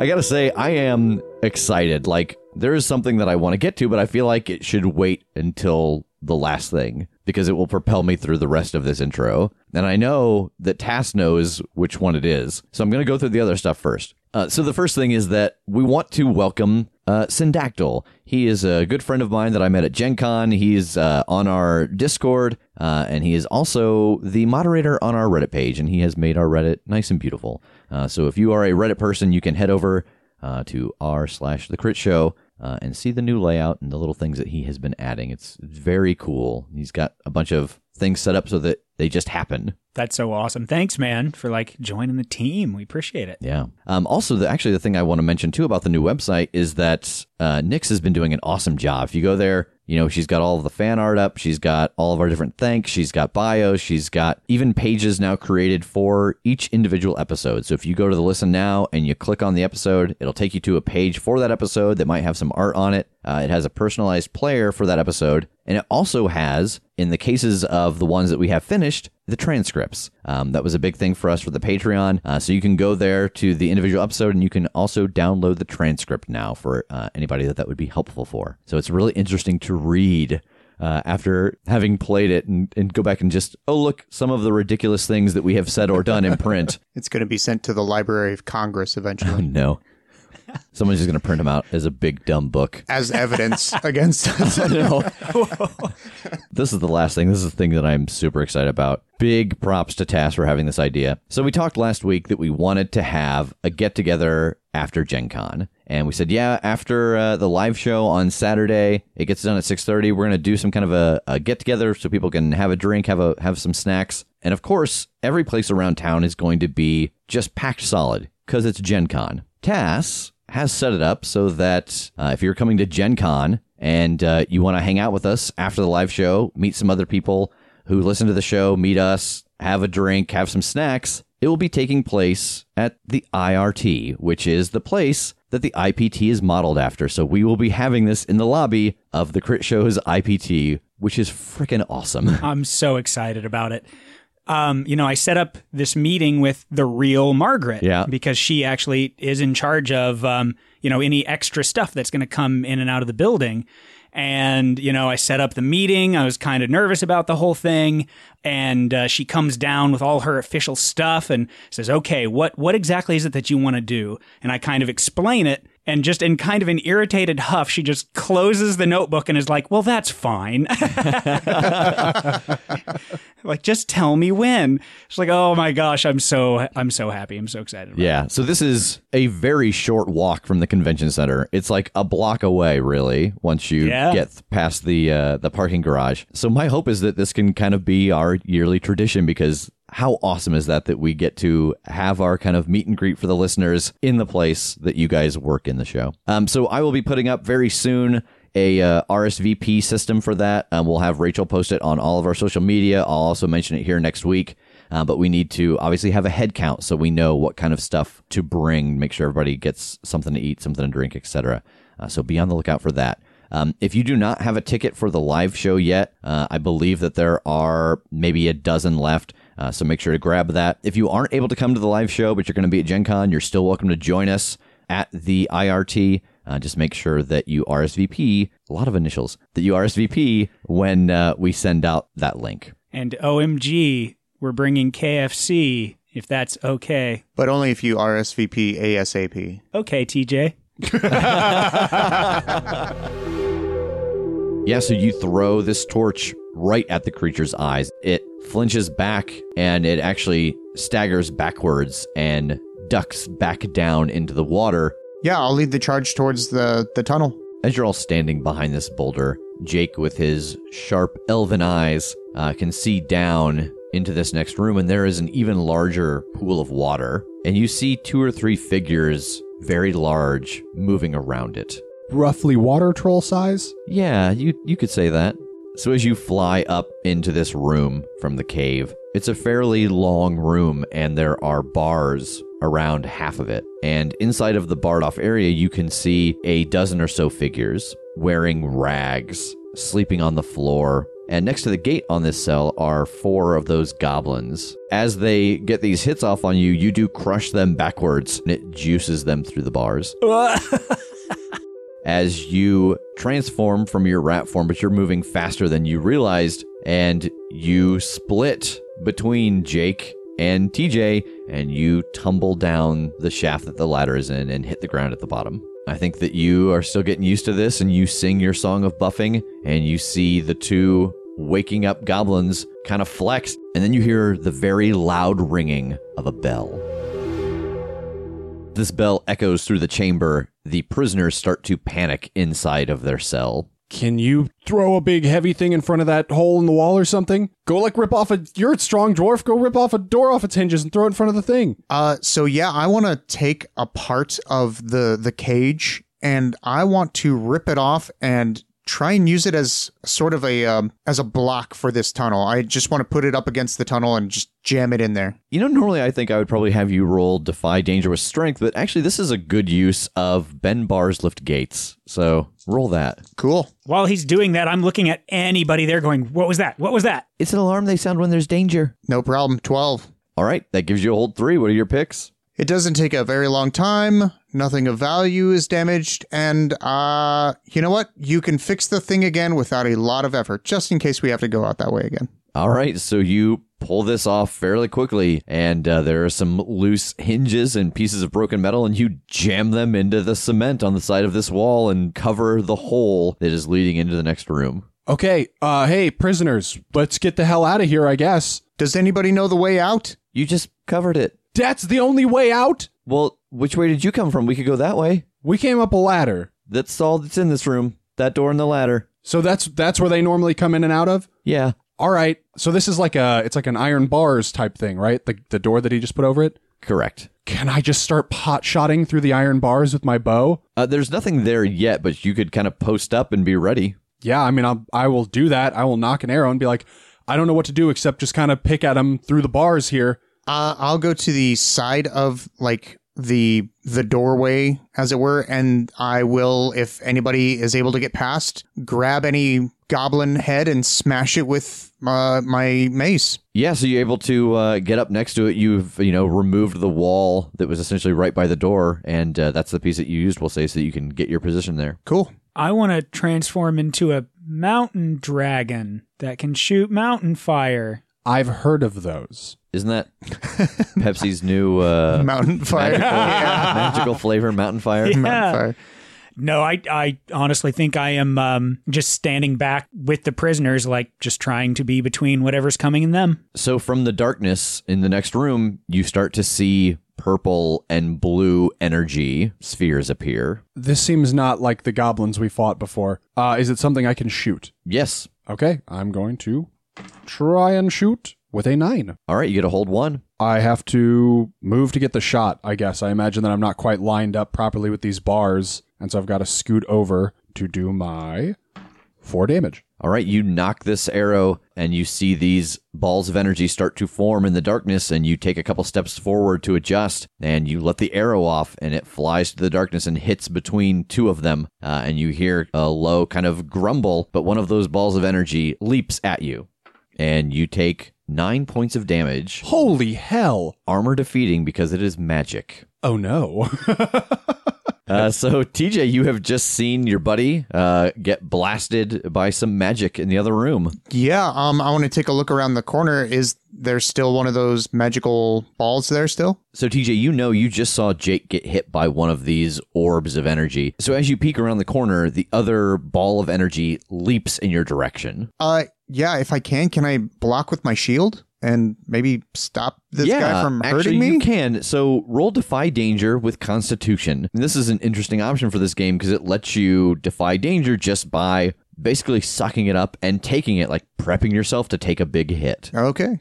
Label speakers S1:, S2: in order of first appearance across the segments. S1: I gotta say, I am excited. Like, there is something that I want to get to, but I feel like it should wait until the last thing because it will propel me through the rest of this intro. And I know that Tass knows which one it is. So I'm gonna go through the other stuff first. Uh, so the first thing is that we want to welcome uh, Syndactyl. He is a good friend of mine that I met at Gen Con. He's uh, on our Discord, uh, and he is also the moderator on our Reddit page, and he has made our Reddit nice and beautiful. Uh, so if you are a Reddit person, you can head over uh, to r slash the crit show uh, and see the new layout and the little things that he has been adding. It's very cool. He's got a bunch of things set up so that they just happen.
S2: That's so awesome. Thanks, man, for like joining the team. We appreciate it.
S1: Yeah. Um, also, the, actually, the thing I want to mention too about the new website is that uh, Nix has been doing an awesome job. If you go there, you know she's got all of the fan art up. She's got all of our different thanks. She's got bios. She's got even pages now created for each individual episode. So if you go to the listen now and you click on the episode, it'll take you to a page for that episode that might have some art on it. Uh, it has a personalized player for that episode, and it also has, in the cases of the ones that we have finished, the transcripts. Um, that was a big thing for us for the Patreon. Uh, so you can go there to the individual episode and you can also download the transcript now for uh, anybody that that would be helpful for. So it's really interesting to read. Uh, after having played it and, and go back and just, oh, look, some of the ridiculous things that we have said or done in print.
S3: It's going to be sent to the Library of Congress
S1: Oh,
S3: eventually
S1: no. Someone's just going to print them out as a big dumb book.
S3: as evidence against us.
S1: No. this is the last thing. This is the thing that I'm super excited about. Big props to Tass for having this idea. So we talked last week that we wanted to have a get together after Gen Con. And we said, yeah, after uh, the live show on Saturday, it gets done at 6.30. We're going to do some kind of a, a get together so people can have a drink, have a have some snacks. And of course, every place around town is going to be just packed solid because it's Gen Con. Tass has set it up so that uh, if you're coming to Gen Con and uh, you want to hang out with us after the live show, meet some other people who listen to the show, meet us, have a drink, have some snacks, it will be taking place at the IRT, which is the place that the IPT is modeled after. So we will be having this in the lobby of the Crit Show's IPT, which is freaking awesome.
S2: I'm so excited about it. Um, you know, I set up this meeting with the real Margaret
S1: Yeah.
S2: because she actually is in charge of, um, you know, any extra stuff that's going to come in and out of the building. And, you know, I set up the meeting. I was kind of nervous about the whole thing. And uh, she comes down with all her official stuff and says, okay, what, what exactly is it that you want to do? And I kind of explain it. And just in kind of an irritated huff, she just closes the notebook and is like, well, that's fine. like just tell me when she's like oh my gosh i'm so i'm so happy i'm so excited about
S1: Yeah. So this is a very short walk from the convention center. It's like a block away, really, once you
S2: Yeah.
S1: get th- past the uh, the parking garage. So my hope is that this can kind of be our yearly tradition because how awesome is that that we get to have our kind of meet and greet for the listeners in the place that you guys work in the show. Um, so I will be putting up very soon a uh, RSVP system for that. Um, we'll have Rachel post it on all of our social media. I'll also mention it here next week. Um, but we need to obviously have a head count so we know what kind of stuff to bring, make sure everybody gets something to eat, something to drink, etc. Uh, so be on the lookout for that. Um, if you do not have a ticket for the live show yet, uh, I believe that there are maybe a dozen left. Uh, so make sure to grab that. If you aren't able to come to the live show, but you're going to be at Gen Con, you're still welcome to join us at the IRT. Uh, just make sure that you RSVP, a lot of initials, that you RSVP when uh, we send out that link.
S2: And OMG, we're bringing KFC if that's okay.
S3: but only if you RSVP ASAP.
S2: Okay, TJ.
S1: Yeah, so you throw this torch right at the creature's eyes. It flinches back and it actually staggers backwards and ducks back down into the water.
S3: Yeah, I'll lead the charge towards the the tunnel.
S1: As you're all standing behind this boulder, Jake, with his sharp elven eyes, uh, can see down into this next room, and there is an even larger pool of water. And you see two or three figures, very large, moving around it.
S4: Roughly water troll size.
S1: Yeah, you you could say that. So as you fly up into this room from the cave, it's a fairly long room and there are bars around half of it. And inside of the barred off area, you can see a dozen or so figures wearing rags, sleeping on the floor. And next to the gate on this cell are four of those goblins. As they get these hits off on you, you do crush them backwards and it juices them through the bars as you transform from your rat form, but you're moving faster than you realized, and you split between Jake and TJ, and you tumble down the shaft that the ladder is in and hit the ground at the bottom. I think that you are still getting used to this, and you sing your song of buffing, and you see the two waking up goblins kind of flex, and then you hear the very loud ringing of a bell. This bell echoes through the chamber. The prisoners start to panic inside of their cell.
S4: Can you throw a big heavy thing in front of that hole in the wall or something? Go like rip off a. You're a strong dwarf. Go rip off a door off its hinges and throw it in front of the thing.
S3: Uh, so yeah, I want to take a part of the the cage and I want to rip it off and try and use it as sort of a um, as a block for this tunnel. I just want to put it up against the tunnel and just jam it in there.
S1: You know, normally I think I would probably have you roll Defy Danger with Strength, but actually, this is a good use of Ben Bar's Lift Gates. So roll that.
S3: Cool.
S2: While he's doing that, I'm looking at anybody there going, What was that? What was that?
S1: It's an alarm they sound when there's danger.
S3: No problem. 12.
S1: All right, that gives you a hold three. What are your picks?
S3: It doesn't take a very long time. Nothing of value is damaged and uh you know what? You can fix the thing again without a lot of effort just in case we have to go out that way again.
S1: All right, so you pull this off fairly quickly, and uh, there are some loose hinges and pieces of broken metal, and you jam them into the cement on the side of this wall and cover the hole that is leading into the next room.
S4: Okay. Uh. Hey, prisoners. Let's get the hell out of here. I guess.
S3: Does anybody know the way out?
S1: You just covered it.
S4: That's the only way out.
S1: Well, which way did you come from? We could go that way.
S4: We came up a ladder.
S1: That's all that's in this room. That door and the ladder.
S4: So that's that's where they normally come in and out of.
S1: Yeah.
S4: All right. So this is like a it's like an iron bars type thing, right? The the door that he just put over it.
S1: Correct.
S4: Can I just start pot shotting through the iron bars with my bow?
S1: Uh, there's nothing there yet, but you could kind of post up and be ready.
S4: Yeah, I mean, I'll, I will do that. I will knock an arrow and be like, I don't know what to do except just kind of pick at him through the bars here.
S3: Uh, I'll go to the side of like the the doorway, as it were, and I will, if anybody is able to get past, grab any goblin head and smash it with uh, my mace.
S1: Yeah, so you're able to uh, get up next to it. You've you know removed the wall that was essentially right by the door, and uh, that's the piece that you used. We'll say so that you can get your position there.
S3: Cool.
S2: I want to transform into a mountain dragon that can shoot mountain fire.
S4: I've heard of those.
S1: Isn't that Pepsi's new uh,
S3: Mountain fire.
S1: magical,
S3: Yeah.
S1: magical flavor, Mountain Fire?
S3: Mountain fire.
S2: No, I, I honestly think I am um, just standing back with the prisoners, like just trying to be between whatever's coming in them.
S1: So from the darkness in the next room, you start to see purple and blue energy spheres appear.
S4: This seems not like the goblins we fought before. Uh, is it something I can shoot?
S1: Yes.
S4: Okay, I'm going to try and shoot with a nine.
S1: All right, you get a hold one.
S4: I have to move to get the shot, I guess. I imagine that I'm not quite lined up properly with these bars, and so I've got to scoot over to do my four damage.
S1: All right, you knock this arrow and you see these balls of energy start to form in the darkness, and you take a couple steps forward to adjust, and you let the arrow off, and it flies to the darkness and hits between two of them. Uh, and you hear a low kind of grumble, but one of those balls of energy leaps at you, and you take nine points of damage,
S4: Holy hell!
S1: armor defeating because it is magic.
S4: Oh no.
S1: Uh, so, TJ, you have just seen your buddy uh, get blasted by some magic in the other room.
S3: Yeah, um, I want to take a look around the corner. Is there still one of those magical balls there still?
S1: So, TJ, you know you just saw Jake get hit by one of these orbs of energy. So, as you peek around the corner, the other ball of energy leaps in your direction.
S3: Uh, yeah, if I can, can I block with my shield and maybe stop this guy from
S1: actually,
S3: hurting me?
S1: you can. So, roll Defy Danger with Constitution. And this is an interesting option for this game because it lets you defy danger just by basically sucking it up and taking it, like prepping yourself to take a big hit.
S3: Okay.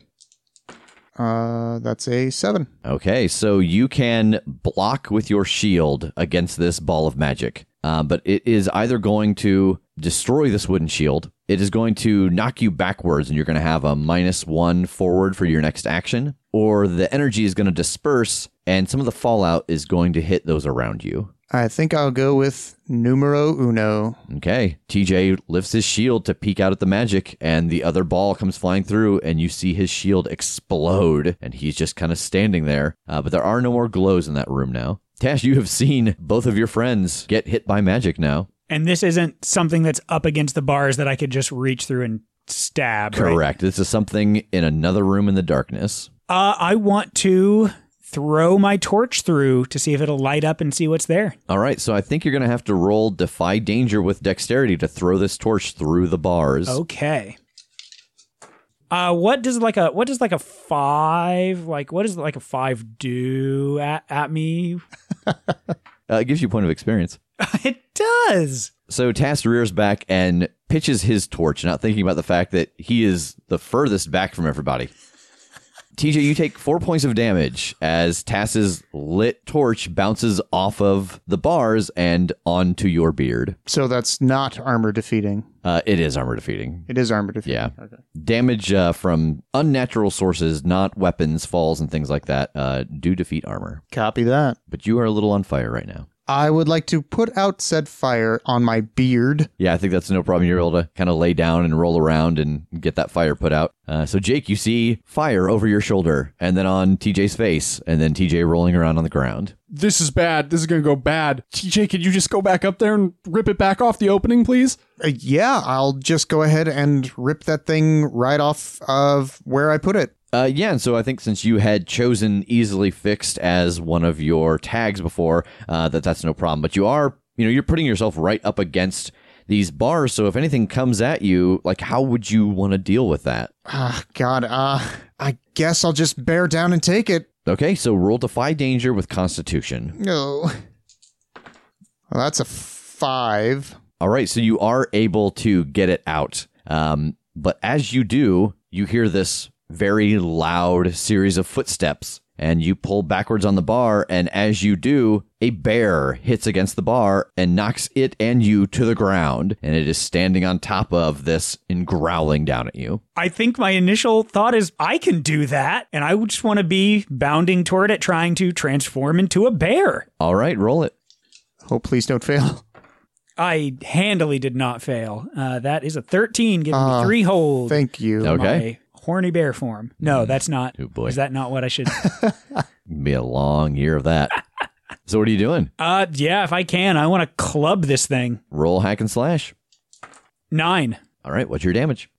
S3: Uh, that's a seven.
S1: Okay, so you can block with your shield against this ball of magic, uh, but it is either going to destroy this wooden shield, it is going to knock you backwards, and you're going to have a minus one forward for your next action, or the energy is going to disperse, and some of the fallout is going to hit those around you.
S3: I think I'll go with numero uno.
S1: Okay, TJ lifts his shield to peek out at the magic, and the other ball comes flying through, and you see his shield explode, and he's just kind of standing there. Uh, but there are no more glows in that room now. Tash, you have seen both of your friends get hit by magic now.
S2: And this isn't something that's up against the bars that I could just reach through and stab. right?
S1: Correct. This is something in another room in the darkness.
S2: Uh, I want to throw my torch through to see if it'll light up and see what's there.
S1: All right, so I think you're going to have to roll Defy Danger with dexterity to throw this torch through the bars.
S2: Oh. Okay. Uh, what does like a what does like a five like what does like a five do at, at me?
S1: Uh, it gives you a point of experience.
S2: it does.
S1: So Tass rears back and pitches his torch, not thinking about the fact that he is the furthest back from everybody. TJ, you take four points of damage as Tass's lit torch bounces off of the bars and onto your beard.
S3: So that's not armor defeating.
S1: Uh, it is armor defeating.
S3: It is armor defeating.
S1: Yeah. Damage uh, from unnatural sources, not weapons, falls, and things like that, uh, do defeat armor.
S3: Copy that.
S1: But you are a little on fire right now.
S3: I would like to put out said fire on my beard.
S1: Yeah, I think that's no problem. You're able to kind of lay down and roll around and get that fire put out. Uh, so, Jake, you see fire over your shoulder and then on TJ's face, and then TJ rolling around on the ground.
S4: this is bad. This is going to go bad. TJ, could you just go back up there and rip it back off the opening, please?
S3: Uh, yeah, I'll just go ahead and rip that thing right off of where I put it.
S1: Uh, yeah, and so I think since you had chosen easily fixed as one of your tags before, uh, that that's no problem. But you are, you know, you're putting yourself right up against these bars. So if anything comes at you, like, how would you want to deal with that?
S3: Ah, God. Uh, I guess I'll just bear down and take it.
S1: Okay, so roll defy danger with Constitution.
S3: No. Well, that's a five.
S1: All right, so you are able to get it out. Um, but as you do, you hear this very loud series of footsteps and you pull backwards on the bar. And as you do, a bear hits against the bar and knocks it and you to the ground. And it is standing on top of this and growling down at you.
S2: I think my initial thought is I can do that, and I would just want to be bounding toward it, trying to transform into a bear.
S1: All right, roll it.
S3: Oh, please don't fail.
S2: I handily did not fail. Uh, that is a thirteen, giving me three hold.
S3: Thank you.
S1: Okay.
S2: My horny bear form. No, that's not.
S1: Oh, boy.
S2: Is that not what I should?
S1: Be a long year of that. so, what are you doing?
S2: uh, yeah. If I can, I want to club this thing.
S1: Roll hack and slash.
S2: Nine,
S1: All right, what's your damage?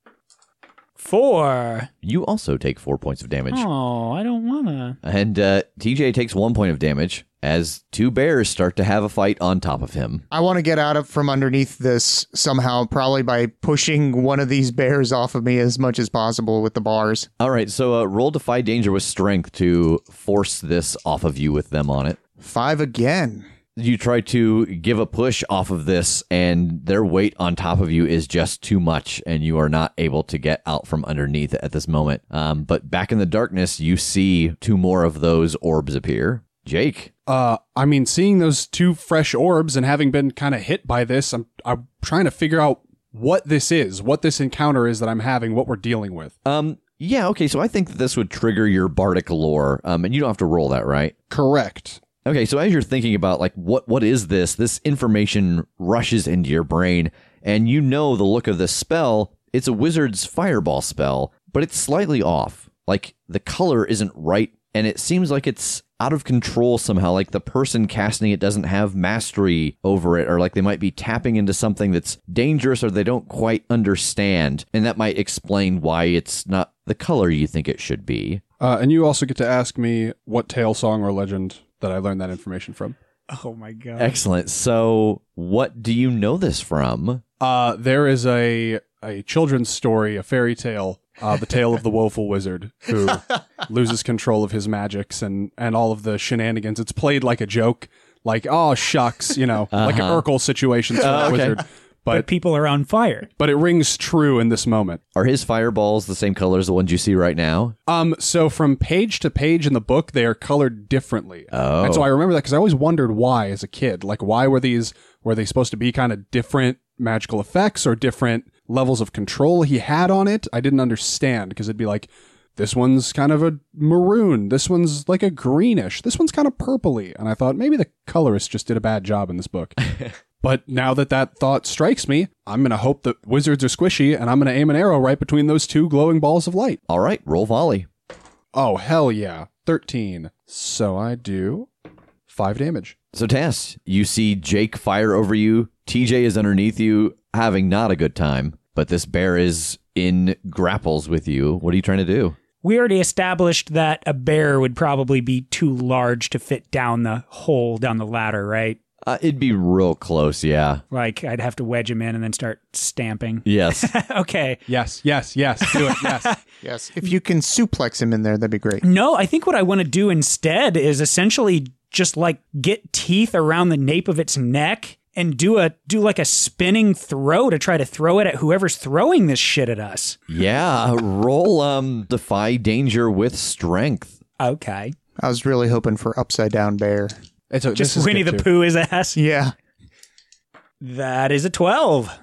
S2: four.
S1: You also take four points of damage.
S2: Oh, I don't wanna.
S1: And uh, TJ takes one point of damage as two bears start to have a fight on top of him.
S3: I want to get out of from underneath this somehow, probably by pushing one of these bears off of me as much as possible with the bars.
S1: All right, so uh, roll Defy Danger with Strength to force this off of you with them on it.
S3: Five again.
S1: You try to give a push off of this, and their weight on top of you is just too much, and you are not able to get out from underneath at this moment. Um, but back in the darkness, you see two more of those orbs appear. Jake.
S4: Uh, I mean, seeing those two fresh orbs and having been kind of hit by this, I'm I'm trying to figure out what this is, what this encounter is that I'm having, what we're dealing with.
S1: Um, yeah, okay. So I think this would trigger your bardic lore, um, and you don't have to roll that, right?
S4: Correct.
S1: Okay, so as you're thinking about like what what is this? This information rushes into your brain, and you know the look of this spell. It's a wizard's fireball spell, but it's slightly off. Like the color isn't right, and it seems like it's out of control somehow. Like the person casting it doesn't have mastery over it, or like they might be tapping into something that's dangerous, or they don't quite understand, and that might explain why it's not the color you think it should be.
S4: Uh, and you also get to ask me what tale, song, or legend that I learned that information from.
S2: Oh my god.
S1: Excellent. So, what do you know this from?
S4: Uh, there is a a children's story, a fairy tale, uh, the tale of the woeful wizard who loses control of his magics and and all of the shenanigans. It's played like a joke, like oh shucks, you know, like an Urkel situation for
S1: Oh,
S4: a
S1: okay.
S4: wizard.
S2: but
S4: But
S2: people are on fire.
S4: but it rings true in this moment.
S1: Are his fireballs the same color as the ones you see right now?
S4: Um, so from page to page in the book, they are colored differently.
S1: Oh.
S4: and so I remember that because I always wondered why as a kid, like why were these were they supposed to be kind of different magical effects or different levels of control he had on it? I didn't understand because it'd be like this one's kind of a maroon, this one's like a greenish, this one's kind of purpley, and I thought maybe the colorist just did a bad job in this book. But now that that thought strikes me, I'm going to hope that wizards are squishy and I'm going to aim an arrow right between those two glowing balls of light.
S1: All right, roll volley.
S4: Oh, hell yeah. 13. So I do 5 damage.
S1: So, Tess, you see Jake fire over you. TJ is underneath you, having not a good time, but this bear is in grapples with you. What are you trying to do?
S2: We already established that a bear would probably be too large to fit down the hole down the ladder, right?
S1: Uh, it'd be real close, yeah.
S2: Like I'd have to wedge him in and then start stamping.
S1: Yes.
S2: okay.
S4: Yes, yes, yes. Do it. Yes.
S3: Yes. If you can suplex him in there, that'd be great.
S2: No, I think what I want to do instead is essentially just like get teeth around the nape of its neck and do a do like a spinning throw to try to throw it at whoever's throwing this shit at us.
S1: yeah, roll um defy danger with strength.
S2: Okay.
S3: I was really hoping for upside down bear.
S4: It's a,
S2: Just
S4: this is
S2: Winnie the
S4: good, too.
S2: Pooh his ass.
S3: Yeah.
S2: That is a 12.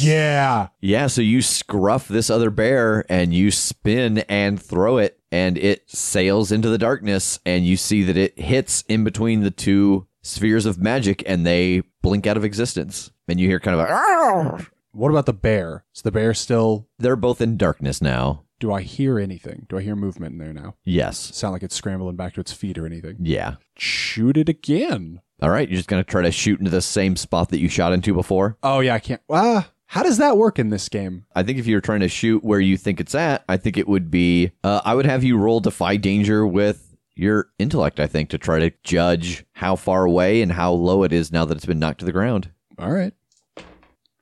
S4: Yeah.
S1: Yeah, so you scruff this other bear and you spin and throw it, and it sails into the darkness, and you see that it hits in between the two spheres of magic and they blink out of existence. And you hear kind of a "Arr!"
S4: What about the bear? Is the bear still.
S1: they're both in darkness now.
S4: Do I hear anything? Do I hear movement in there now?
S1: Yes.
S4: Sound like it's scrambling back to its feet or anything?
S1: Yeah.
S4: Shoot it again.
S1: All right, you're just gonna try to shoot into the same spot that you shot into before.
S4: Oh, yeah, I can't. Ah, how does that work in this game?
S1: I think if you're trying to shoot where you think it's at, I think it would be. Uh, I would have you roll defy danger with your intellect. I think to try to judge how far away and how low it is now that it's been knocked to the ground.
S4: All right.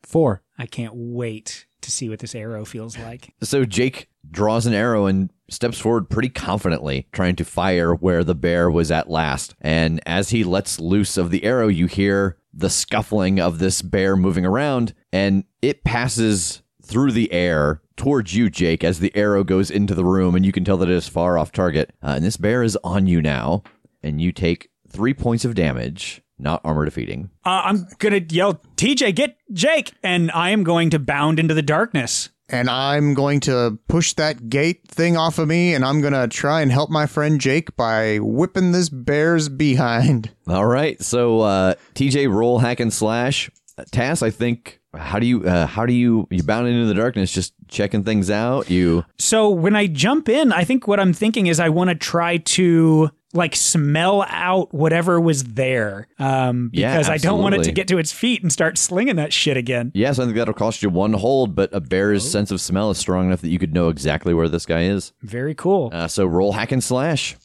S4: Four.
S2: I can't wait to see what this arrow feels like.
S1: So Jake draws an arrow and steps forward pretty confidently, trying to fire where the bear was at last. And as he lets loose of the arrow, you hear the scuffling of this bear moving around, and it passes through the air towards you, Jake, as the arrow goes into the room, and you can tell that it is far off target. Uh, and this bear is on you now, and you take three points of damage, not armor defeating.
S2: Uh, I'm going to yell, TJ, get Jake. And I am going to bound into the darkness.
S3: And I'm going to push that gate thing off of me, and I'm going to try and help my friend Jake by whipping this bear's behind.
S1: All right. So uh, TJ roll hack and slash. Tass, I think how do you uh, how do you you bound into the darkness just checking things out? You
S2: So when I jump in, I think what I'm thinking is I want to try to like smell out whatever was there. Um,
S1: Yeah,
S2: because I don't want it to
S1: absolutely.
S2: get to its feet and start slinging that shit again.
S1: yes, I think that'll cost you one hold, but a bear's sense of smell is strong enough that you could know exactly where this guy is.
S2: Very cool.
S1: Uh, so roll hack and slash.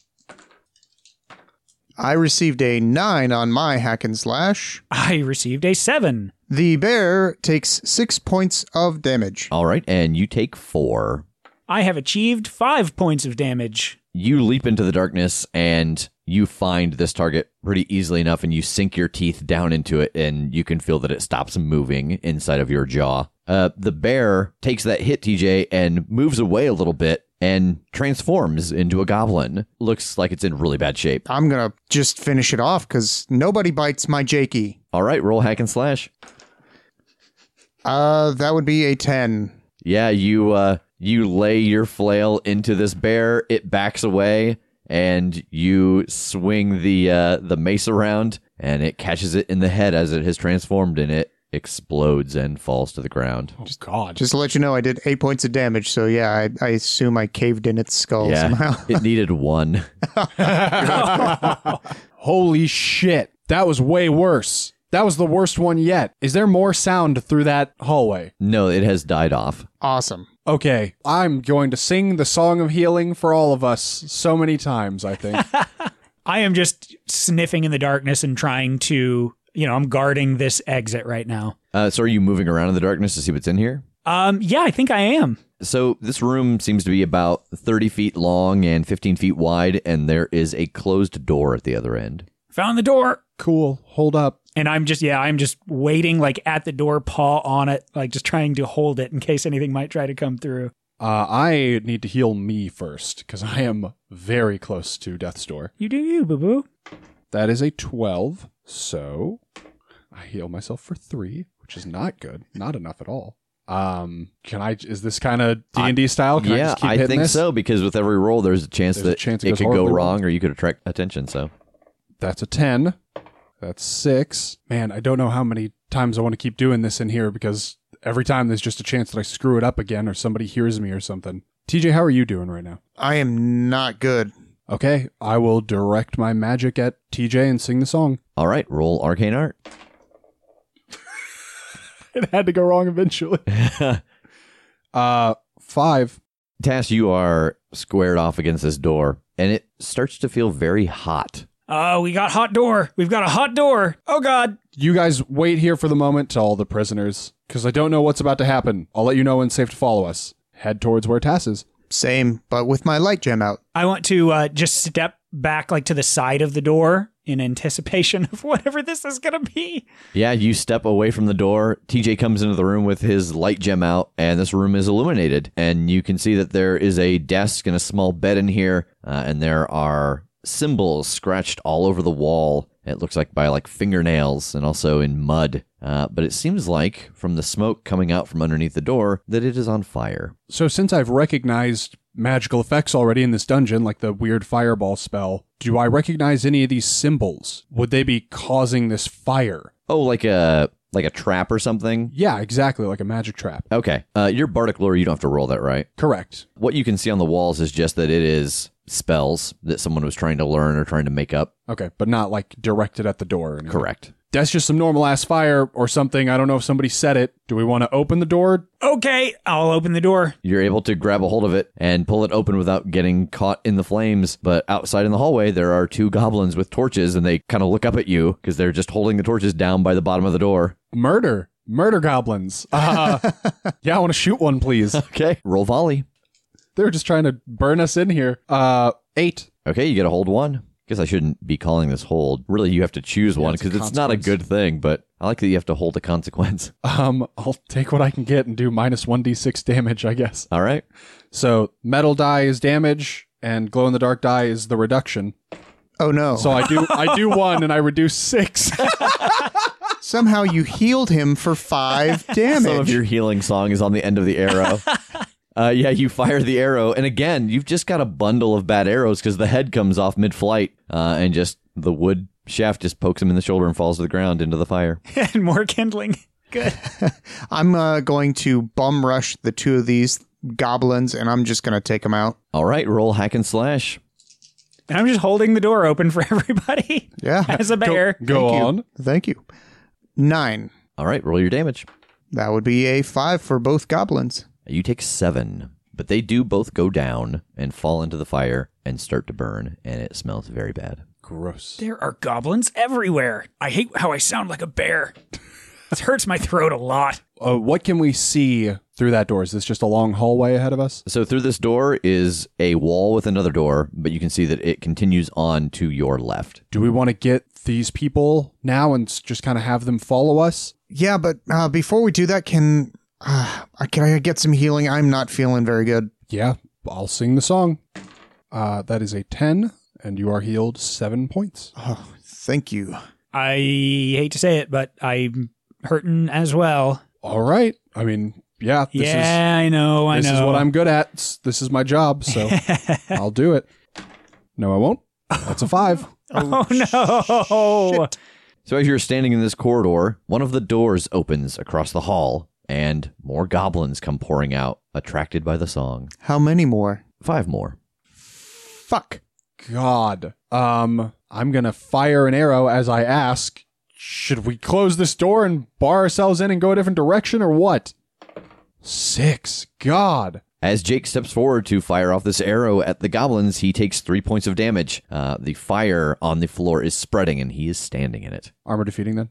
S3: I received a nine on my hack and slash.
S2: I received a seven.
S3: The bear takes six points of damage.
S1: All right, and you take four.
S2: I have achieved five points of damage.
S1: You leap into the darkness and you find this target pretty easily enough, and you sink your teeth down into it, and you can feel that it stops moving inside of your jaw. Uh, the bear takes that hit, TJ, and moves away a little bit, and transforms into a goblin. Looks like it's in really bad shape.
S3: I'm gonna just finish it off because nobody bites my Jakey.
S1: All right, roll hack and slash.
S3: Uh, that would be a ten.
S1: Yeah, you uh you lay your flail into this bear, it backs away, and you swing the uh the mace around and it catches it in the head as it has transformed and it explodes and falls to the ground.
S4: Oh, God.
S3: Just to let you know, I did eight points of damage, so yeah, I, I assume I caved in its skull somehow.
S1: it needed one.
S4: Holy shit. That was way worse. That was the worst one yet. Is there more sound through that hallway?
S1: No, it has died off.
S3: Awesome.
S4: Okay, I'm going to sing the song of healing for all of us so many times, I think.
S2: I am just sniffing in the darkness and trying to, you know, I'm guarding this exit right now.
S1: Uh, so are you moving around in the darkness to see what's in here?
S2: Um, yeah, I think I am.
S1: So this room seems to be about 30 feet long and 15 feet wide, and there is a closed door at the other end.
S2: Found the door.
S4: cool. Hold up.
S2: And I'm just, yeah, I'm just waiting like at the door, paw on it, like just trying to hold it in case anything might try to come through.
S4: Uh, I need to heal me first because I am very close to death's door.
S2: You do you, boo boo.
S4: That is a 12, so I heal myself for three, which is not good. Not enough at all. Um, can I? Is this kind of D and D style? Can I,
S1: yeah,
S4: just keep
S1: I,
S4: hitting
S1: think
S4: this?
S1: so because with every roll, there's a chance
S4: There's a
S1: that
S4: chance it
S1: it
S4: goes
S1: could go
S4: horribly wrong.
S1: wrong, or you could attract attention. So
S4: That's a 10. That's six. Man, I don't know how many times I want to keep doing this in here because every time there's just a chance that I screw it up again or somebody hears me or something. TJ, how are you doing right now?
S3: I am not good.
S4: Okay, I will direct my magic at TJ and sing the song.
S1: All right, roll arcane art.
S4: It had to go wrong eventually. uh, five.
S1: Tass, you are squared off against this door, and it starts to feel very hot.
S2: Oh, we got hot door. We've got a hot door. Oh God.
S4: You guys wait here for the moment to all the prisoners because I don't know what's about to happen. I'll let you know when it's safe to follow us. Head towards where Tass is.
S3: Same, but with my light gem out.
S2: I want to uh, just step back like to the side of the door in anticipation of whatever this is gonna be.
S1: Yeah, you step away from the door. TJ comes into the room with his light gem out, and this room is illuminated. And you can see that there is a desk and a small bed in here, uh, and there are symbols scratched all over the wall. It looks like by like fingernails and also in mud. Uh, but it seems like from the smoke coming out from underneath the door that it is on fire.
S4: So since I've recognized magical effects already in this dungeon, like the weird fireball spell, do I recognize any of these symbols? Would they be causing this fire?
S1: Oh, like a like a trap or something.
S4: Yeah, exactly, like a magic trap.
S1: Okay, uh, your bardic lore. You don't have to roll that, right?
S4: Correct.
S1: What you can see on the walls is just that it is spells that someone was trying to learn or trying to make up.
S4: Okay, but not like directed at the door. or anything.
S1: Correct.
S4: That's just some normal ass fire or something. I don't know if somebody said it. Do we want to open the door?
S2: Okay, I'll open the door.
S1: You're able to grab a hold of it and pull it open without getting caught in the flames. But outside in the hallway, there are two goblins with torches, and they kind of look up at you because they're just holding the torches down by the bottom of the door.
S4: Murder. Murder goblins. Uh, yeah, I want to shoot one, please.
S1: Okay. Roll volley.
S4: They're just trying to burn us in here. Uh, eight.
S1: Okay, you get a hold one. Guess I shouldn't be calling this hold. Really, you have to choose one
S4: it's a
S1: because it's not a
S4: consequence.
S1: good thing. But I like that you have to hold a consequence.
S4: Um, I'll take what I can get and do minus 1d6 damage, I guess.
S1: All right.
S4: So metal die is damage, and glow in the dark die is the reduction.
S3: Oh no.
S4: So I do I do one, and I reduce six.
S3: Somehow you healed him for five damage.
S1: Some of your healing song is on the end of the arrow. Uh, yeah, you fire the arrow, and again, you've just got a bundle of bad arrows because the head comes off mid-flight, uh, and just the wood shaft just pokes him in the shoulder and falls to the ground into the fire.
S2: and more kindling. Good.
S3: I'm uh, going to bum rush the two of these goblins, and I'm just going to take them out.
S1: All right, roll hack and slash.
S2: And I'm just holding the door open for everybody
S3: Yeah.
S2: as a bear.
S4: Go
S3: Thank you.
S4: on.
S3: Thank you. Nine.
S1: All right, roll your damage.
S3: That would be a five for both goblins.
S1: You take seven, but they do both go down and fall into the fire and start to burn, and it smells very bad.
S4: Gross.
S2: There are goblins everywhere. I hate how I sound like a bear. This hurts my throat a lot.
S4: Uh, what can we see through that door? Is this just a long hallway ahead of us?
S1: So through this door is a wall with another door, but you can see that it continues on to your left.
S4: Do we want to get these people now and s- just kind of have them follow us?
S3: Yeah, but uh, before we do that, can uh, I- can I get some healing? I'm not feeling very good.
S4: Yeah, I'll sing the song. Uh, that is a 10, and you are healed seven points.
S3: Oh, thank you.
S2: I hate to say it, but I'm hurting as well.
S4: All right. I mean, yeah, this is
S2: yeah, I know. I
S4: this
S2: know.
S4: is what I'm good at. S- This is my job, so I'll do it. No, I won't. That's a five.
S2: oh no!
S1: So as you're standing in this corridor, one of the doors opens across the hall, and more goblins come pouring out, attracted by the song.
S3: How many more?
S1: Five more.
S3: Fuck.
S4: God. Um, I'm gonna fire an arrow as I ask. Should we close this door and bar ourselves in and go a different direction, or what? Six. God.
S1: As Jake steps forward to fire off this arrow at the goblins, he takes three points of damage. Uh, the fire on the floor is spreading, and he is standing in it.
S4: Armor defeating then.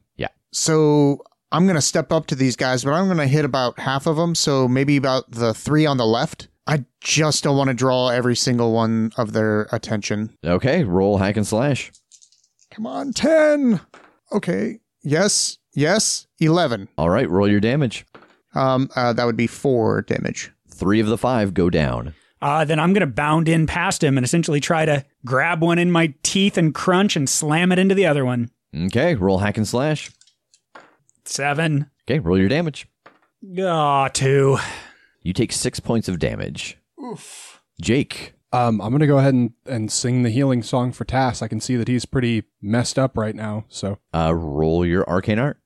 S3: So I'm going to step up to these guys, but I'm going to hit about half of them. So maybe about the three on the left. I just don't want to draw every single one of their attention.
S1: Okay, roll hack and slash.
S3: Come on, 10. Okay. Yes. Yes. 11.
S1: All right, roll your damage.
S3: Um, uh, that would be four damage.
S1: Three of the five go down.
S2: Uh, then I'm going to bound in past him and essentially try to grab one in my teeth and crunch and slam it into the other one.
S1: Okay, roll hack and slash.
S2: Seven.
S1: Okay, roll your damage.
S2: Ah, two.
S1: You take six points of damage. Oof. Jake.
S4: Um, I'm gonna go ahead and, and sing the healing song for Tass. I can see that he's pretty messed up right now. So
S1: Uh, roll your arcane art.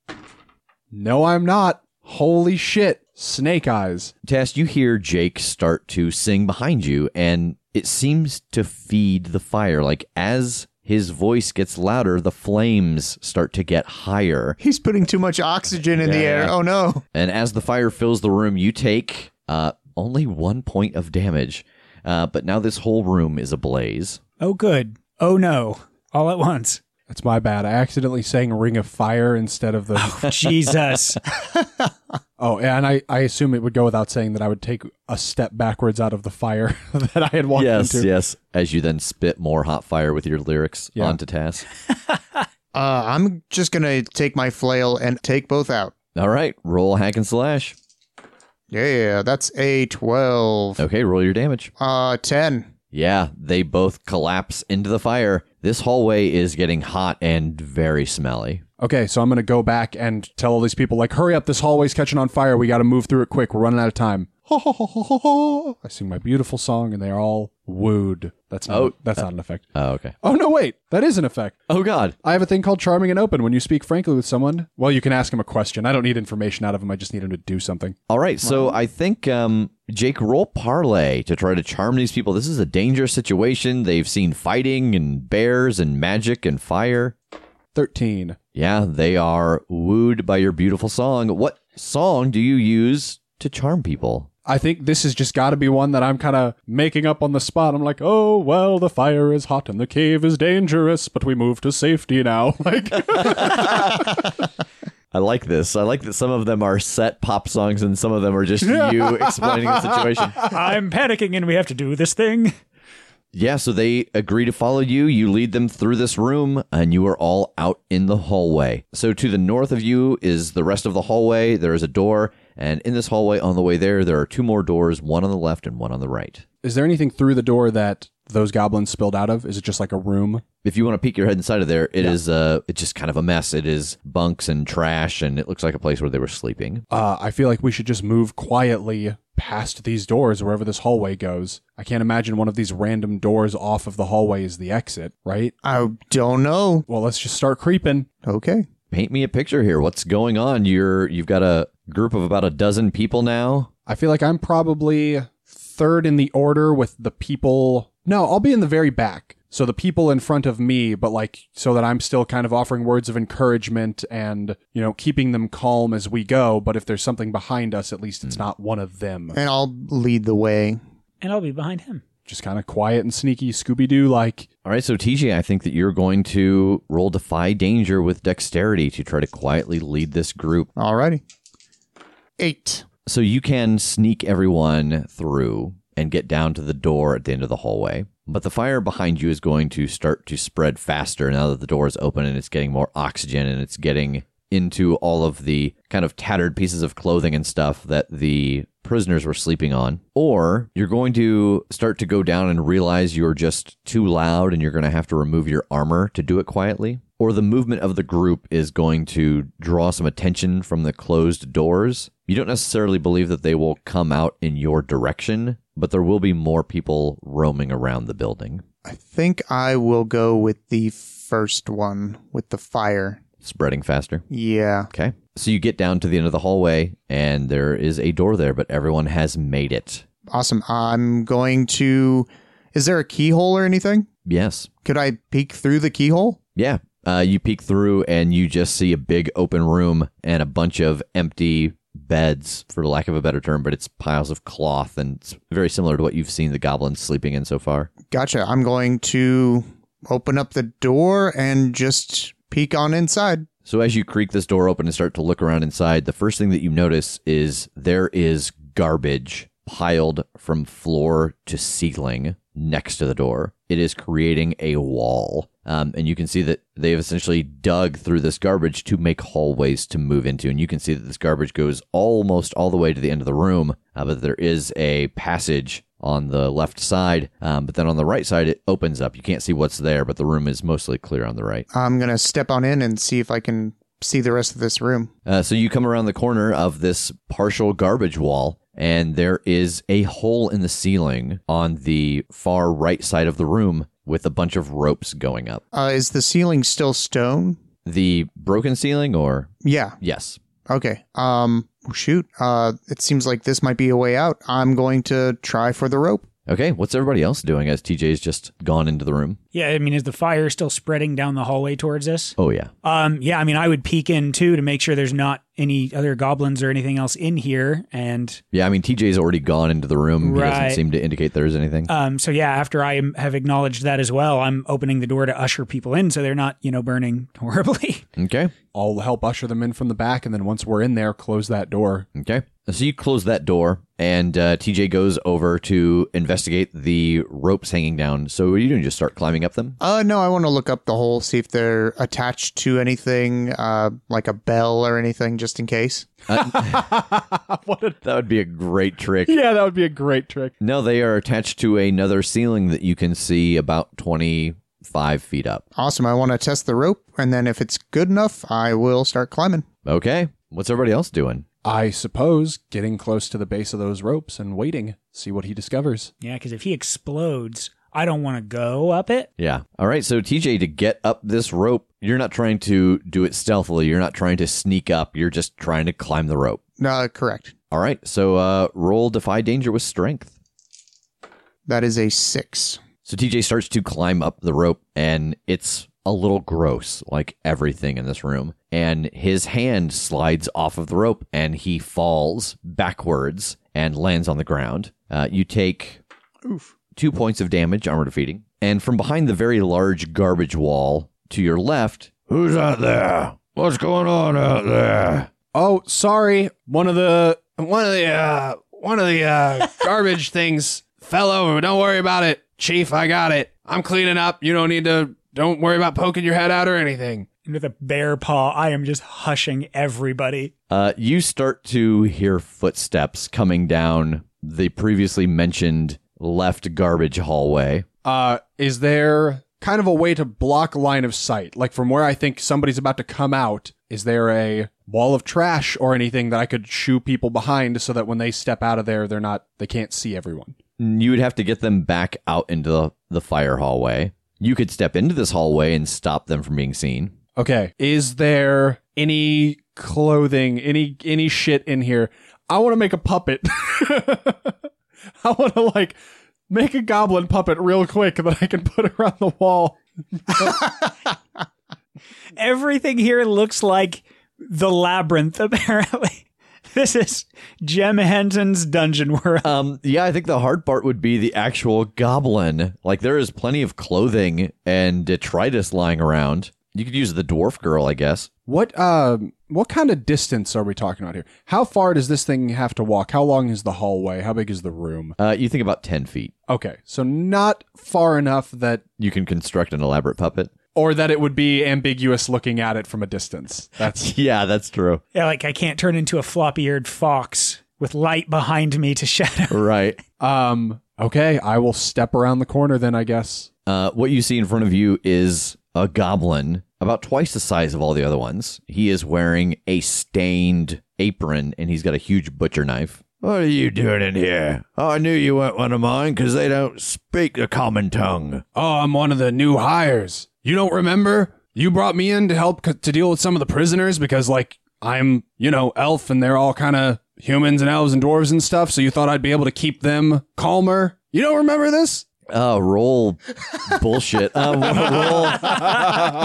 S4: no, I'm not. Holy shit! Snake eyes.
S1: Tess, you hear Jake start to sing behind you, and it seems to feed the fire. Like as his voice gets louder, the flames start to get higher.
S3: He's putting too much oxygen in the air. Oh, no.
S1: And as the fire fills the room, you take uh, only one point of damage. Uh, but now this whole room is ablaze.
S2: Oh, good. Oh no! All at once.
S4: That's my bad. I accidentally sang Ring of Fire instead of the
S2: Jesus.
S4: Oh, and I, I assume it would go without saying that I would take a step backwards out of the fire that I had walked
S1: yes,
S4: into.
S1: yes. As you then spit more hot fire with your lyrics
S4: Yeah.
S1: onto Tass.
S3: Uh, I'm just going to take my flail and take both out.
S1: All right, roll hack and slash.
S3: Yeah, that's a 12.
S1: Okay, roll your damage.
S3: Uh, 10.
S1: Yeah, they both collapse into the fire. This hallway is getting hot and very smelly.
S4: Okay, so I'm going to go back and tell all these people, like, hurry up, this hallway's catching on fire. We got to move through it quick. We're running out of time. I sing my beautiful song, and they're all wooed. That's not,
S1: Oh,
S4: that's not an effect.
S1: Oh, okay.
S4: Oh, no, wait. That is an effect.
S1: Oh, God.
S4: I have a thing called charming and open. When you speak frankly with someone, well, you can ask him a question. I don't need information out of him. I just need him to do something.
S1: All right, so I think, um, Jake, roll parlay to try to charm these people. This is a dangerous situation. They've seen fighting and bears and magic and fire.
S4: 13.
S1: Yeah, they are wooed by your beautiful song. What song do you use to charm people?
S4: I think this has just got to be one that I'm kind of making up on the spot. I'm like, oh, well, the fire is hot and the cave is dangerous, but we move to safety now. Like,
S1: I like this. I like that some of them are set pop songs and some of them are just you explaining the situation.
S2: I'm panicking and we have to do this thing.
S1: Yeah, so they agree to follow you. You lead them through this room, and you are all out in the hallway. So, to the north of you is the rest of the hallway. There is a door, and in this hallway on the way there, there are two more doors one on the left and one on the right.
S4: is there anything through the door that those goblins spilled out of? Is it just like a room?
S1: If you want to peek your head inside of there, it is uh, it's just kind of a mess. It is bunks and trash, and it looks like a place where they were sleeping.
S4: Uh, I feel like we should just move quietly past these doors wherever this hallway goes. I can't imagine one of these random doors off of the hallway is the exit, right?
S3: I don't know.
S4: Well, let's just start creeping.
S3: Okay.
S1: Paint me a picture here. What's going on? You're you've got a group of about a dozen people now.
S4: I feel like I'm probably third in the order with the people. No, I'll be in the very back. So the people in front of me, but like so that I'm still kind of offering words of encouragement and, you know, keeping them calm as we go. But if there's something behind us, at least it's not one of them.
S3: And I'll lead the way.
S2: And I'll be behind him.
S4: Just kind of quiet and sneaky, Scooby Doo like.
S1: All right, so TJ, I think that you're going to roll defy danger with dexterity to try to quietly lead this group.
S3: Alrighty. Eight.
S1: So you can sneak everyone through and get down to the door at the end of the hallway. But the fire behind you is going to start to spread faster now that the door is open and it's getting more oxygen and it's getting into all of the kind of tattered pieces of clothing and stuff that the prisoners were sleeping on, or you're going to start to go down and realize you're just too loud and you're going to have to remove your armor to do it quietly, or the movement of the group is going to draw some attention from the closed doors. You don't necessarily believe that they will come out in your direction, but there will be more people roaming around the building.
S3: I think I will go with the first one with the fire.
S1: Spreading faster.
S3: Yeah.
S1: Okay. So you get down to the end of the hallway, and there is a door there, but everyone has made it.
S3: Awesome. I'm going to. Is there a keyhole or anything?
S1: Yes.
S3: Could I peek through the keyhole?
S1: Yeah. Uh, you peek through, and you just see a big open room and a bunch of empty beds, for lack of a better term, but it's piles of cloth, and it's very similar to what you've seen the goblins sleeping in so far.
S3: Gotcha. I'm going to open up the door and just peek on inside.
S1: So as you creak this door open and start to look around inside, the first thing that you notice is there is garbage piled from floor to ceiling next to the door. It is creating a wall. Um, and you can see that they've essentially dug through this garbage to make hallways to move into. And you can see that this garbage goes almost all the way to the end of the room, uh, but there is a passage on the left side. Um, but then on the right side, it opens up. You can't see what's there, but the room is mostly clear on the right.
S3: I'm going to step on in and see if I can see the rest of this room.
S1: Uh, so you come around the corner of this partial garbage wall, and there is a hole in the ceiling on the far right side of the room with a bunch of ropes going up.
S3: Uh, is the ceiling still stone?
S1: The broken ceiling, or
S3: Yeah.
S1: yes,
S3: Okay. Um. Shoot. Uh. It seems like this might be a way out. I'm going to try for the rope.
S1: okay. What's everybody else doing as TJ's just gone into the room?
S2: Yeah, I mean, is the fire still spreading down the hallway towards us?
S1: Oh yeah,
S2: Um, yeah, I mean, I would peek in too to make sure there's not any other goblins or anything else in here. And
S1: yeah. I mean, TJ's already gone into the room. He
S2: Right.
S1: doesn't seem to indicate there is anything.
S2: um, so, yeah, after I am- have acknowledged that as well, I'm opening the door to usher people in so they're not, you know, burning horribly.
S1: okay.
S4: I'll help usher them in from the back, and then once we're in there, close that door.
S1: Okay. So you close that door, and uh, TJ goes over to investigate the ropes hanging down. So what are you doing? Just start climbing up them?
S3: Uh. No. I want to look up the hole, see if they're attached to anything, uh, like a bell or anything, just in case.
S4: what a
S1: That would be Uh, a great trick.
S4: yeah, that would be a great trick.
S1: No, they are attached to another ceiling that you can see about 25 feet up.
S3: Awesome. I want to test the rope, and then if it's good enough, I will start climbing.
S1: Okay. What's everybody else doing?
S4: I suppose getting close to the base of those ropes and waiting, see what he discovers.
S2: yeah, because if he explodes, I don't want to go up it.
S1: Yeah. All right. So, TJ, to get up this rope, you're not trying to do it stealthily. You're not trying to sneak up. You're just trying to climb the rope.
S3: Uh, correct.
S1: All right. So, uh, roll Defy Danger with strength.
S3: That is a six.
S1: So, TJ starts to climb up the rope, and it's a little gross, like everything in this room. And his hand slides off of the rope, and he falls backwards and lands on the ground. Uh, you take two points of damage, armor defeating. And from behind the very large garbage wall to your left, who's out there? What's going on out there?
S4: Oh, sorry. One of the one of the uh one of the uh garbage things fell over. but Don't worry about it, Chief. I got it. I'm cleaning up. You don't need to don't worry about poking your head out or anything.
S2: And with a bear paw, I am just hushing everybody.
S1: Uh, you start to hear footsteps coming down the previously mentioned left garbage hallway.
S4: Uh is there kind of a way to block line of sight? Like from where I think somebody's about to come out, is there a wall of trash or anything that I could shoo people behind so that when they step out of there they're not they can't see everyone?
S1: you would have to get them back out into the, the fire hallway. You could step into this hallway and stop them from being seen.
S4: Okay. Is there any clothing, any any shit in here? I want to make a puppet. I want to like make a goblin puppet real quick that I can put around the wall.
S2: Everything here looks like the labyrinth, apparently. this is Jem Henton's Dungeon World.
S1: Um, yeah, I think the hard part would be the actual goblin. Like there is plenty of clothing and detritus lying around. You could use the dwarf girl, I guess.
S4: What um what kind of distance are we talking about here? How far does this thing have to walk? How long is the hallway? How big is the room?
S1: Uh, you think about ten feet.
S4: Okay. So not far enough that
S1: You can construct an elaborate puppet.
S4: or that it would be ambiguous looking at it from a distance. That's
S1: Yeah, that's true.
S2: Yeah, like I can't turn into a floppy eared fox. with light behind me to shadow.
S1: Right.
S4: Um, okay, I will step around the corner then, I guess.
S1: Uh, what you see in front of you is a goblin about twice the size of all the other ones. He is wearing a stained apron and he's got a huge butcher knife. What are you doing in here? Oh, I knew you weren't one of mine because they don't speak the common tongue.
S4: Oh, I'm one of the new hires. You don't remember? You brought me in to help c- to deal with some of the prisoners because, like, I'm, you know, elf and they're all kind of humans and elves and dwarves and stuff. So you thought I'd be able to keep them calmer. You don't remember this?
S1: Uh, roll bullshit. Um, roll.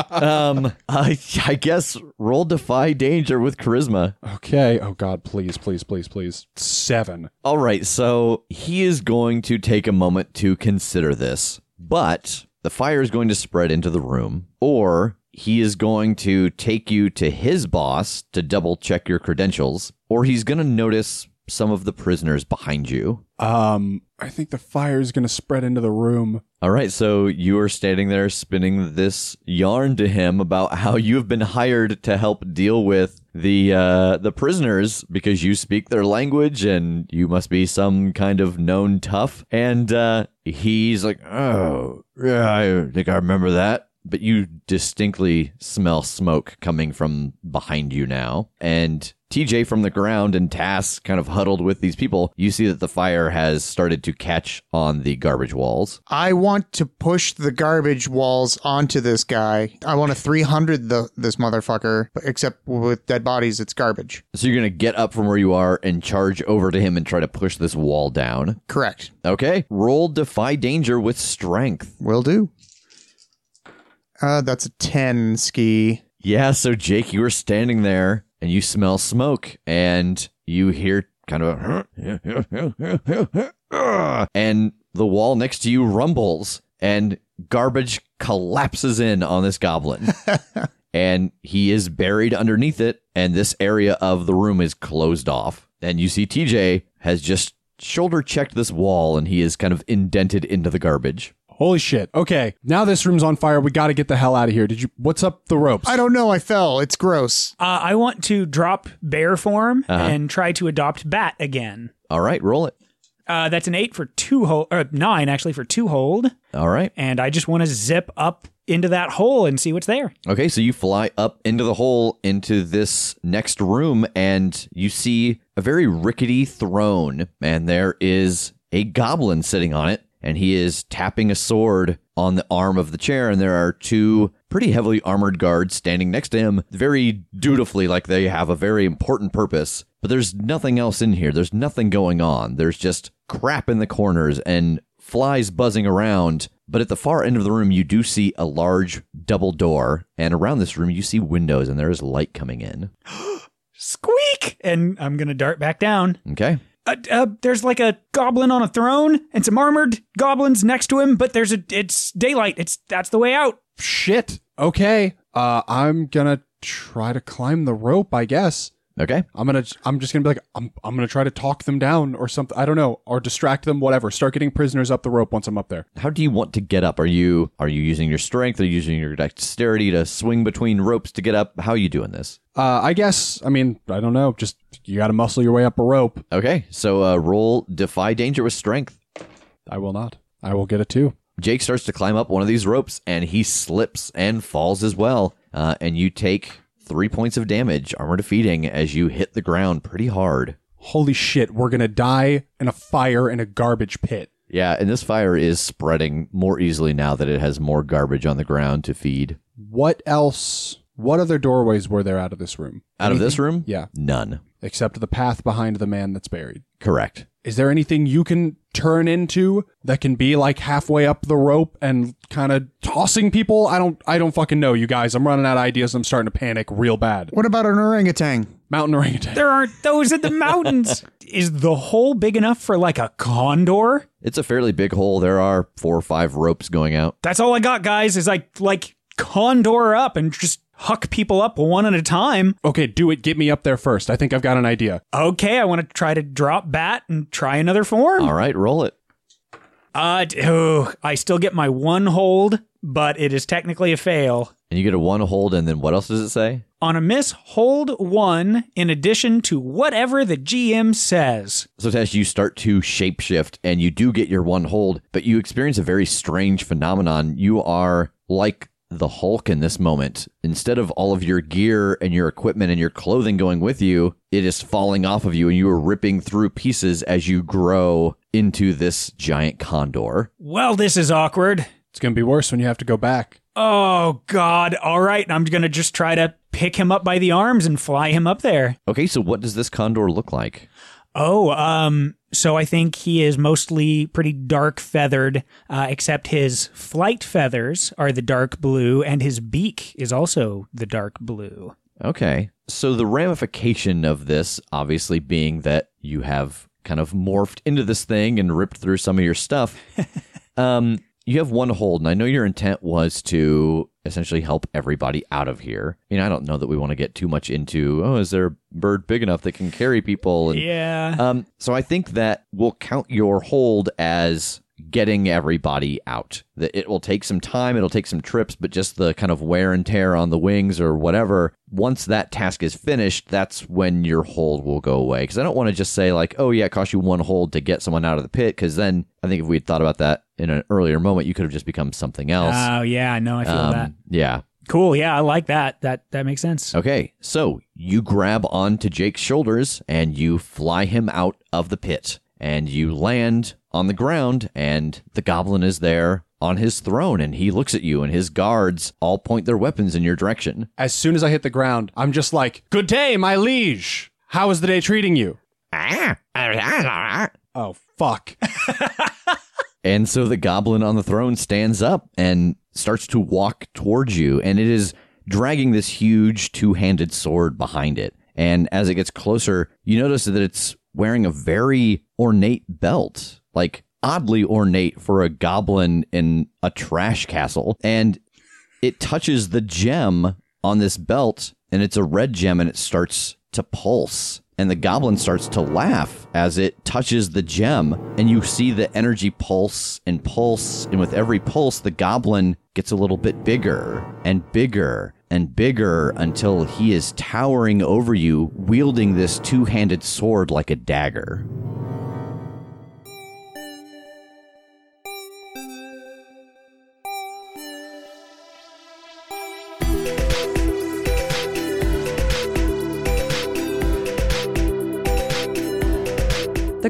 S1: Um, I, I guess roll defy danger with charisma.
S4: Okay. Oh, God, please, please, please, please. Seven.
S1: All right, so he is going to take a moment to consider this, but the fire is going to spread into the room, or he is going to take you to his boss to double check your credentials, or he's going to notice some of the prisoners behind you.
S4: Um, I think the fire is going to spread into the room.
S1: All right, so you are standing there spinning this yarn to him about how you have been hired to help deal with the uh, the prisoners because you speak their language and you must be some kind of known tough. And uh, he's like, "Oh, yeah, I think I remember that." But you distinctly smell smoke coming from behind you now, and TJ from the ground and Tass kind of huddled with these people. You see that the fire has started to catch on the garbage walls.
S3: I want to push the garbage walls onto this guy. I want to 300 the this motherfucker, but except with dead bodies, it's garbage.
S1: So you're going to get up from where you are and charge over to him and try to push this wall down.
S3: Correct.
S1: Okay. Roll defy danger with strength.
S3: Will do. Uh, that's a 10 ski.
S1: Yeah, so Jake, you are standing there and you smell smoke and you hear kind of a and the wall next to you rumbles and garbage collapses in on this goblin. and he is buried underneath it and this area of the room is closed off and you see TJ has just shoulder checked this wall and he is kind of indented into the garbage.
S4: Holy shit. Okay. Now this room's on fire. We got to get the hell out of here. Did you, what's up the ropes?
S3: I don't know. I fell. It's gross.
S2: Uh, I want to drop bear form and try to adopt bat again.
S1: All right, roll it.
S2: Uh, that's an eight for two hold, or nine actually for two hold.
S1: All right.
S2: And I just want to zip up into that hole and see what's there.
S1: Okay, so you fly up into the hole into this next room, and you see a very rickety throne, and there is a goblin sitting on it, and he is tapping a sword on the arm of the chair, and there are two pretty heavily armored guards standing next to him, very dutifully, like they have a very important purpose. But there's nothing else in here. There's nothing going on. There's just crap in the corners and flies buzzing around. But at the far end of the room, you do see a large double door, and around this room, you see windows, and there is light coming in.
S2: Squeak! And I'm gonna dart back down.
S1: Okay.
S2: Uh, uh, there's like a goblin on a throne and some armored goblins next to him, but there's a it's daylight. It's that's the way out.
S4: shit. Okay. Uh, I'm going to try to climb the rope, I guess.
S1: Okay.
S4: I'm gonna. I'm just gonna be like. I'm. I'm gonna try to talk them down or something. I don't know. Or distract them. Whatever. Start getting prisoners up the rope once I'm up there.
S1: How do you want to get up? Are you are you using your strength? Are you using your dexterity to swing between ropes to get up? How are you doing this?
S4: Uh, I guess. I mean. I don't know. Just you got to muscle your way up a rope.
S1: Okay. So uh, roll defy danger with strength.
S4: I will not. I will get a two.
S1: Jake starts to climb up one of these ropes, and he slips and falls as well. Uh, and you take three points of damage, armor defeating, as you hit the ground pretty hard.
S4: Holy shit. We're gonna die in a fire in a garbage pit.
S1: Yeah, and this fire is spreading more easily now that it has more garbage on the ground to feed.
S4: What else? What other doorways were there out of this room?
S1: Out of this room?
S4: Yeah.
S1: None.
S4: Except the path behind the man that's buried.
S1: Correct.
S4: Is there anything you can turn into that can be like halfway up the rope and kind of tossing people? I don't I don't fucking know, you guys. I'm running out of ideas. I'm starting to panic real bad.
S3: What about an orangutan?
S4: Mountain orangutan.
S2: There aren't those in the mountains. Is the hole big enough for like a condor?
S1: It's a fairly big hole. There are four or five ropes going out.
S2: That's all I got, guys. Is I like condor up and just huck people up one at a time.
S4: Okay, do it. Get me up there first. I think I've got an idea.
S2: Okay, I want to try to drop bat and try another form.
S1: All right, roll it.
S2: Uh, d- oh, I still get my one hold, but it is technically a fail.
S1: And you get a one hold, and then what else does it say?
S2: On a miss, hold one in addition to whatever the GM says.
S1: So, Tash, you start to shapeshift and you do get your one hold, but you experience a very strange phenomenon. You are like the Hulk in this moment. Instead of all of your gear and your equipment and your clothing going with you, it is falling off of you and you are ripping through pieces as you grow into this giant condor.
S2: Well, this is awkward.
S4: It's going to be worse when you have to go back.
S2: Oh, God. All right. I'm going to just try to pick him up by the arms and fly him up there.
S1: Okay, so what does this condor look like?
S2: Oh, um, so I think he is mostly pretty dark feathered, uh, except his flight feathers are the dark blue, and his beak is also the dark blue.
S1: Okay. So the ramification of this obviously being that you have kind of morphed into this thing and ripped through some of your stuff. um, you have one hold, and I know your intent was to essentially help everybody out of here. You know, I don't know that we want to get too much into, oh, is there a bird big enough that can carry people? And
S2: Yeah.
S1: um, so I think that will count your hold as getting everybody out. That it will take some time, it'll take some trips, but just the kind of wear and tear on the wings or whatever. Once that task is finished, that's when your hold will go away. Because I don't want to just say like, oh yeah, it cost you one hold to get someone out of the pit. Because then I think if we had thought about that in an earlier moment, you could have just become something else.
S2: Oh, yeah. No, I feel
S1: Um,
S2: that.
S1: Yeah.
S2: Cool. Yeah, I like that. That that makes sense.
S1: Okay, so you grab onto Jake's shoulders and you fly him out of the pit. And you land on the ground, and the goblin is there on his throne, and he looks at you, and his guards all point their weapons in your direction.
S4: As soon as I hit the ground, I'm just like, Good day, my liege. How is the day treating you?
S1: And
S4: Oh, fuck.
S1: so the goblin on the throne stands up and starts to walk towards you, and it is dragging this huge two handed sword behind it. And as it gets closer, you notice that it's wearing a very ornate belt, like oddly ornate for a goblin in a trash castle. And it touches the gem on this belt, and it's a red gem, and it starts to pulse. And the goblin starts to laugh as it touches the gem, and you see the energy pulse and pulse. And with every pulse, the goblin gets a little bit bigger and bigger and bigger until he is towering over you, wielding this two handed sword like a dagger.
S5: The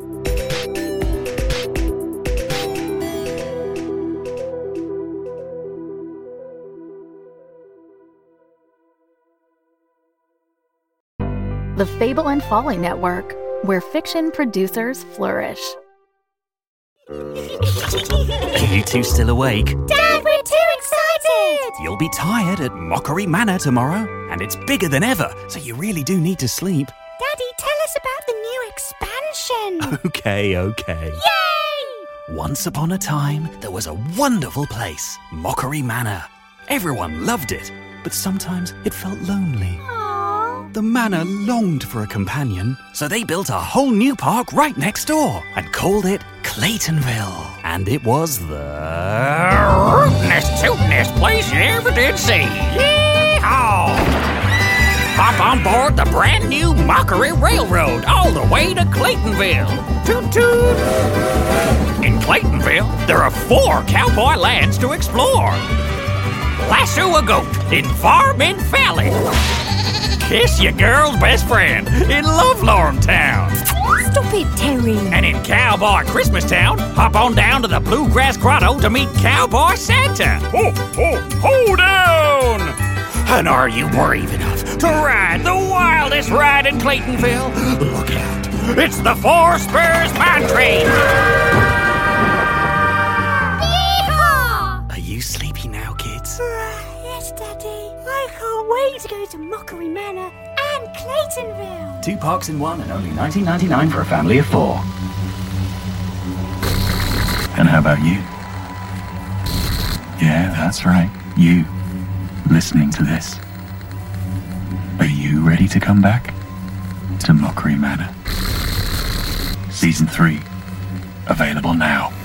S6: The Fable and Folly Network, where fiction producers flourish.
S7: You two still awake?
S8: Dad, we're too excited!
S7: You'll be tired at Mockery Manor tomorrow, and it's bigger than ever, so you really do need to sleep.
S8: Daddy, tell us about the new expansion!
S7: Okay, okay.
S8: Yay!
S7: Once upon a time, there was a wonderful place, Mockery Manor. Everyone loved it, but sometimes it felt lonely.
S8: Aww.
S7: The manor longed for a companion, so they built a whole new park right next door and called it Claytonville. And it was the rootinest, tootinest place you ever did see. Yeehaw! Hop on board the brand new Mockery Railroad all the way to Claytonville. Toot toot! In Claytonville, there are four cowboy lands to explore. Lasso a goat in Farm in Valley. Kiss your girl's best friend in Lovelorn Town.
S8: Stop it, Terry!
S7: And in Cowboy Christmas Town, hop on down to the Bluegrass Grotto to meet Cowboy Santa. Ho, ho, ho down! And are you brave enough to ride the wildest ride in Claytonville? Look out. It's the Four Spurs Mine Train.
S8: Yeehaw!
S7: Are you sleepy now, kids?
S8: yes, Daddy. I can't wait to go to Mockery Manor and Claytonville.
S7: Two parks in one and only 19.99 for a family of four. And how about you? Yeah, that's right. You. Listening to this. Are you ready to come back? To Mockery Manor. Season 3. Available now.